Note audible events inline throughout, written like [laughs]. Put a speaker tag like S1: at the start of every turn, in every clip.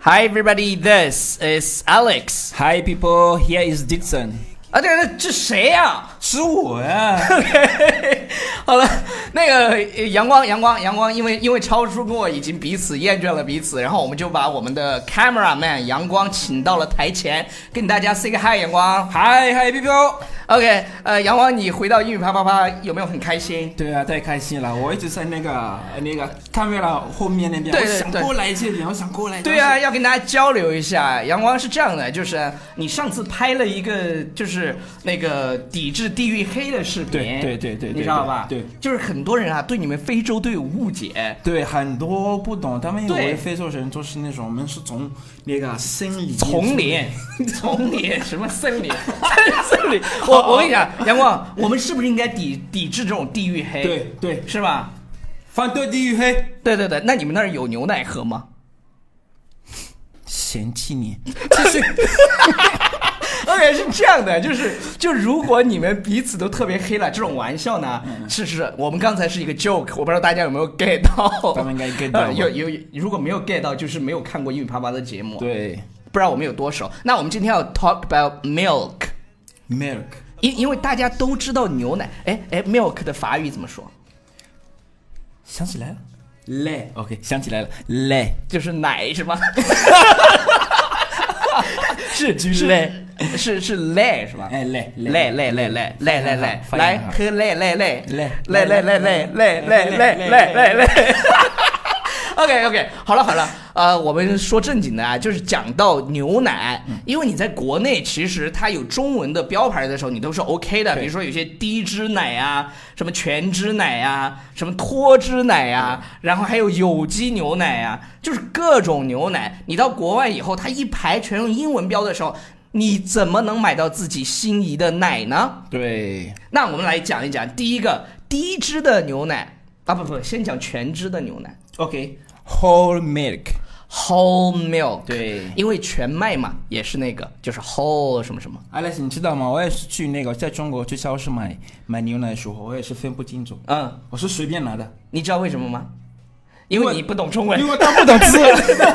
S1: Hi, everybody. This is Alex.
S2: Hi people, here is Dixon。
S1: 啊，对了，这谁啊呀、
S2: 是我呀、
S1: 好了，那个呃阳光，阳光，阳光，因为因为超叔跟我已经彼此厌倦了彼此，然后我们就把我们的 camera man 阳光请到了台前，跟大家 say 个 hi，阳光。
S2: 嗨嗨，people。
S1: OK，呃，阳光，你回到英语啪啪啪有没有很开心？
S2: 对啊，太开心了！我一直在那个那个 camera 后面那边，
S1: 对
S2: 我
S1: 对
S2: 想
S1: 对
S2: 过来这边，我想过来。
S1: 对啊，要跟大家交流一下。阳光是这样的，就是你上次拍了一个就是那个抵制地域黑的视频，
S2: 对对对对
S1: 你知道吧？
S2: 对对
S1: 就是很多人啊对你们非洲队有误
S2: [laughs]
S1: 解。
S2: 对，很多不懂，他们以
S1: 对
S2: 为非洲人就是那种，我们是从那个森林
S1: 丛林，丛
S2: [laughs]
S1: 林，什么森林？森林， [laughs]
S2: 哦
S1: 我我跟你讲，阳光，我们是不是应该抵抵制这种地域黑？
S2: 对，对，
S1: 是吧？
S2: 反对地域黑，
S1: 对对对，那你们那儿有牛奶喝吗？
S2: 嫌弃你，继
S1: [laughs]
S2: 续。
S1: OK，是这样的，就是就如果你们彼此都特别黑了，这种玩笑呢，
S2: 嗯
S1: 是是，我们刚才是一个 joke，我不知道大家有没有 get 到，
S2: 他们应该
S1: [laughs]
S2: get 到
S1: 呃有有，有如果没有 get 到，就是没有看过英语啪啪的节目，，
S2: 对
S1: 不知道我们有多熟。那我们今天要 talk about milk，
S2: ，milk
S1: 因因为大家都知道牛奶，哎哎，milk 的法语怎么说？
S2: 想起来了，累，OK，想起来了，累。
S1: 就是奶是
S2: [laughs]
S1: 吗？是是
S2: 类
S1: 是是累是吧？
S2: 哎累
S1: 累
S2: 累
S1: 累累累累累累，
S2: 发音
S1: 来
S2: 好
S1: 喝累累累
S2: 累
S1: 累累累累累累累累累 [laughs] 累。OK OK，好了好了，呃，我们说正经的啊，就是讲到牛奶，因为你在国内其实它有中文的标牌的时候，你都是 OK 的，
S2: 对
S1: 比如说有些低脂奶啊，什么全脂奶啊，什么脱脂奶啊，然后还有有机牛奶啊，就是各种牛奶。你到国外以后，它一排全用英文标的时候，你怎么能买到自己心仪的奶呢？
S2: 对，
S1: 那我们来讲一讲第一个低脂的牛奶啊，不不，先讲全脂的牛奶
S2: OK，whole milk。
S1: ，whole milk。
S2: 对
S1: 因为全麦嘛，也是那个，就是 whole 什么什么。
S2: ，Alex，你知道吗？我也是去那个在中国去超市买买牛奶的时候，我也是分不清楚，
S1: 嗯，
S2: 我是随便拿的，
S1: 你知道为什么吗？因为
S2: 因为
S1: 你不懂中文
S2: 因，为他不懂字。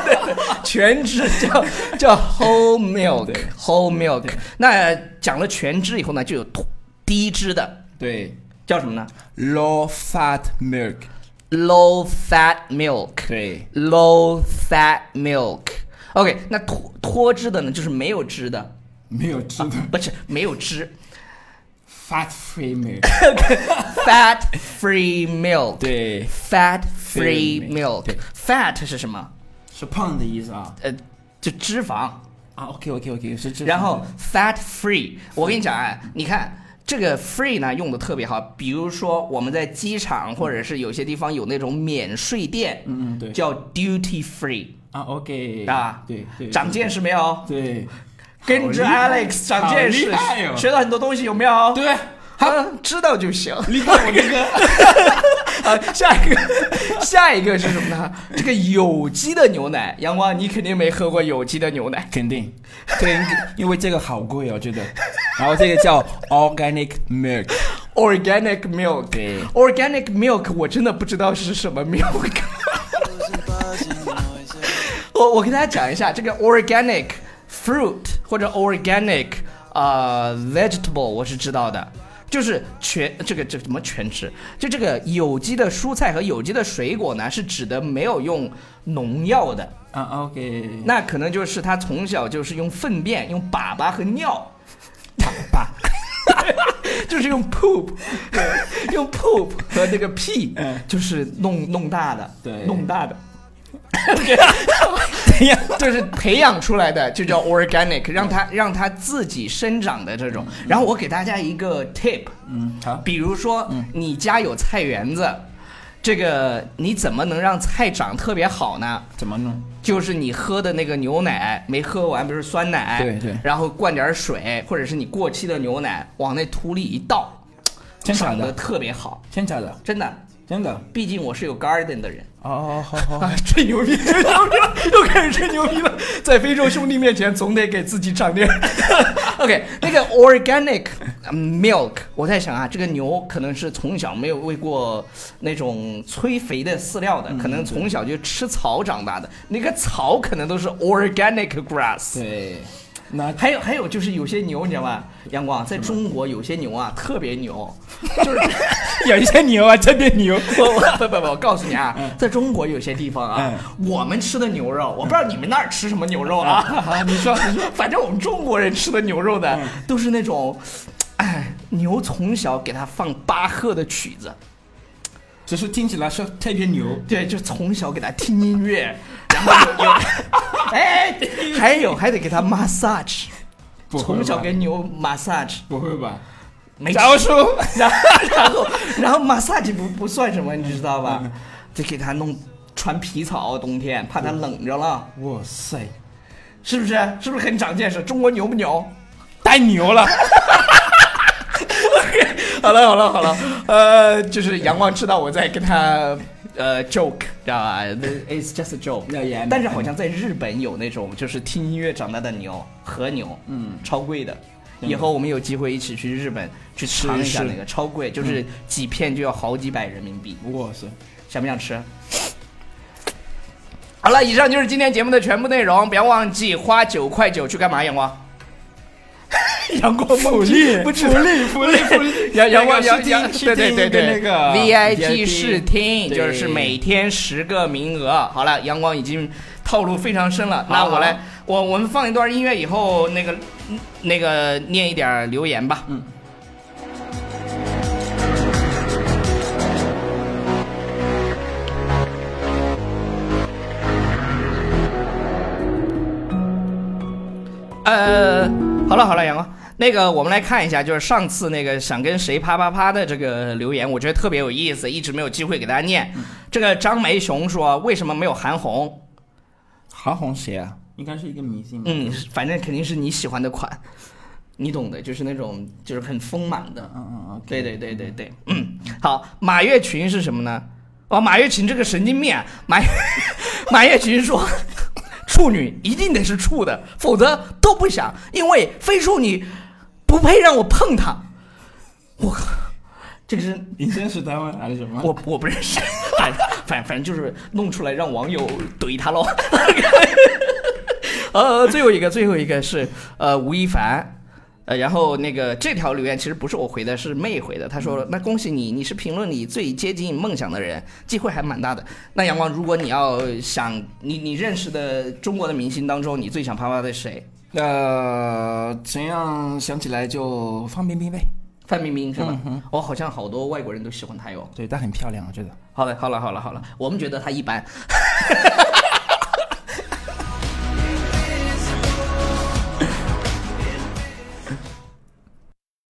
S1: [laughs] 全脂叫叫 whole milk，whole milk。那讲了全脂以后呢，就有低脂的，
S2: [laughs] 对
S1: 叫什么呢
S2: ，low fat milk。
S1: ？low fat milk。
S2: 对
S1: low fat milk。OK，那脱脱脂的呢，就是没有脂的，
S2: 没有吃的
S1: 不是没有脂
S2: fat free milk。
S1: ，fat free milk。
S2: 对，
S1: ，fat free
S2: Free
S1: milk
S2: milk，对。
S1: fat 是什么？
S2: 是胖的意思啊。
S1: 呃，就脂肪。
S2: 啊，OK OK OK，是这。
S1: 然后 fat free，我跟你讲啊，你看这个 free 呢用的特别好，比如说我们在机场或者是有些地方有那种免税店，
S2: 嗯嗯对
S1: 叫 duty free
S2: 啊，OK
S1: 啊，
S2: 对对，
S1: 长见识没有？
S2: 对
S1: 跟着
S2: 好厉害
S1: Alex 长见识
S2: 好厉害，哦
S1: 学到很多东西有没有？
S2: 对，
S1: 嗯，知道就行。
S2: 你看我这个
S1: [laughs] 啊，下一个，下一个是什么呢？这个有机的牛奶，阳光，你肯定没喝过有机的牛奶。
S2: 肯定，对，因为这个好贵哦，我觉得。然后这个叫 organic milk。
S1: Organic milk，
S2: 对
S1: Organic milk，我真的不知道是什么 milk。我我跟大家讲一下，这个 organic fruit 或者 organic 呃 vegetable 我是知道的，就是全这个这什么全吃，就这个有机的蔬菜和有机的水果呢，是指的没有用农药的，
S2: 啊，OK。
S1: 那可能就是他从小就是用粪便、用粑粑和尿，粑粑， [laughs] 就是用 poop，用 poop 和那个屁
S2: 嗯，
S1: 就是弄弄大的，
S2: 对
S1: 弄大的，
S2: 哎呀，
S1: 就是培养出来的，就叫 organic，让
S2: 嗯
S1: 它让它自己生长的这种。然后我给大家一个 tip，
S2: 嗯，好，
S1: 比如说你家有菜园子，这个你怎么能让菜长特别好呢？
S2: 怎么弄？
S1: 就是你喝的那个牛奶没喝完，比如酸奶，
S2: 对对
S1: 然后灌点水，或者是你过期的牛奶往那土里一倒，
S2: 真假
S1: 长得
S2: 的？
S1: 特别好，
S2: 真假的？
S1: 真的。
S2: 真的。
S1: 毕竟我是有 garden 的人
S2: 哦，好
S1: [laughs]
S2: 好，
S1: 啊，吹牛逼，吹牛逼 [laughs] 了，又开始吹牛逼了。在非洲兄弟面前，总得给自己长点。OK，那个 organic 嗯 milk，我在想啊，这个牛可能是从小没有喂过那种催肥的饲料的，可能从小就吃草长大的。那个草可能都是 organic grass。
S2: 对，那
S1: 还有还有就是有些牛，你知道吧？阳光在中国有些牛啊特别牛，就是
S2: 有一些牛啊，特别牛。
S1: 我我 [laughs] 不不不，我告诉你啊，
S2: 嗯
S1: 在中国有些地方啊，我们吃的牛肉，我不知道你们那儿吃什么牛肉啊。
S2: 啊，你说，你说，
S1: [laughs] 反正我们中国人吃的牛肉
S2: 嗯
S1: 呢，都是那种，哎，牛从小给它放巴赫的曲子，
S2: 只是听起来是特别牛。
S1: 对，就从小给它听音
S2: [laughs]
S1: 乐，然后有 [laughs] 有，哎，还有还得给它 massage，
S2: 不会吧
S1: 从小给牛 massage，
S2: 不会吧？
S1: 没
S2: 招数，
S1: [laughs] 然后然后然后 massage 不不算什么，你知道吧？得给它弄穿皮草，冬天怕它冷着了，
S2: 哇塞，
S1: 是不是？是不是很长见识？中国牛不牛？
S2: 太牛了！
S1: [laughs] 好了好了好了，呃，就是阳光知道我在跟他呃 joke，知道吧？It's just a joke。
S2: Yeah, yeah, I know,
S1: 但是好像在日本有那种就是听音乐长大的牛，和牛，嗯，超贵的。以后我们有机会一起去日本去尝一下
S2: 嗯是是嗯
S1: 那个，超贵，就是几片就要好几百人民币。
S2: 哇塞，
S1: 想不想吃？好了，以上就是今天节目的全部内容，不要忘记花九块九去干嘛？阳光，阳光
S2: 福利，
S1: 不
S2: 福利，福利，福利！
S1: 阳阳
S2: 那
S1: 光
S2: 个
S1: 阳
S2: 试
S1: 阳对
S2: 听，试
S1: 对
S2: 听
S1: 对对
S2: 跟那个
S1: VIP 试听
S2: 对
S1: 就是每天十个名额。好了，阳光已经套路非常深了，那
S2: 好
S1: 我来，我我们放一段音乐以后，那个那个念一点留言吧。
S2: 嗯。
S1: 呃，好了好了，阳光。那个，我们来看一下，就是上次那个想跟谁啪啪啪的这个留言，我觉得特别有意思，一直没有机会给大家念。这个张梅雄说，为什么没有韩红？
S2: 韩红谁啊？应该是一个明星吧。
S1: 嗯，反正肯定是你喜欢的款，你懂的，就是那种就是很丰满的。
S2: 嗯嗯嗯，
S1: 对对对对对，嗯，好，马月群是什么呢？哦，马月群这个神经病啊！马 [laughs] 马月群说，处女一定得是处的，否则都不想，因为非处女不配让我碰她。我靠，这个是
S2: 你认识他吗？还是什么？
S1: 我我不认识， [laughs] 反反反正就是弄出来让网友怼他喽。 [laughs] 呃，最后一个，最后一个是呃吴亦凡，呃，然后那个这条留言其实不是我回的，是妹回的。她说：“那恭喜你，你是评论里最接近梦想的人，机会还蛮大的。”那阳光，如果你要想你你认识的中国的明星当中，你最想啪啪的谁？
S2: 呃，怎样想起来就范冰冰呗。
S1: 范冰冰是吧？我、好像好多外国人都喜欢她哟。
S2: 对，但很漂亮，我觉得。
S1: 好了，好了，好了，好了，我们觉得他一般。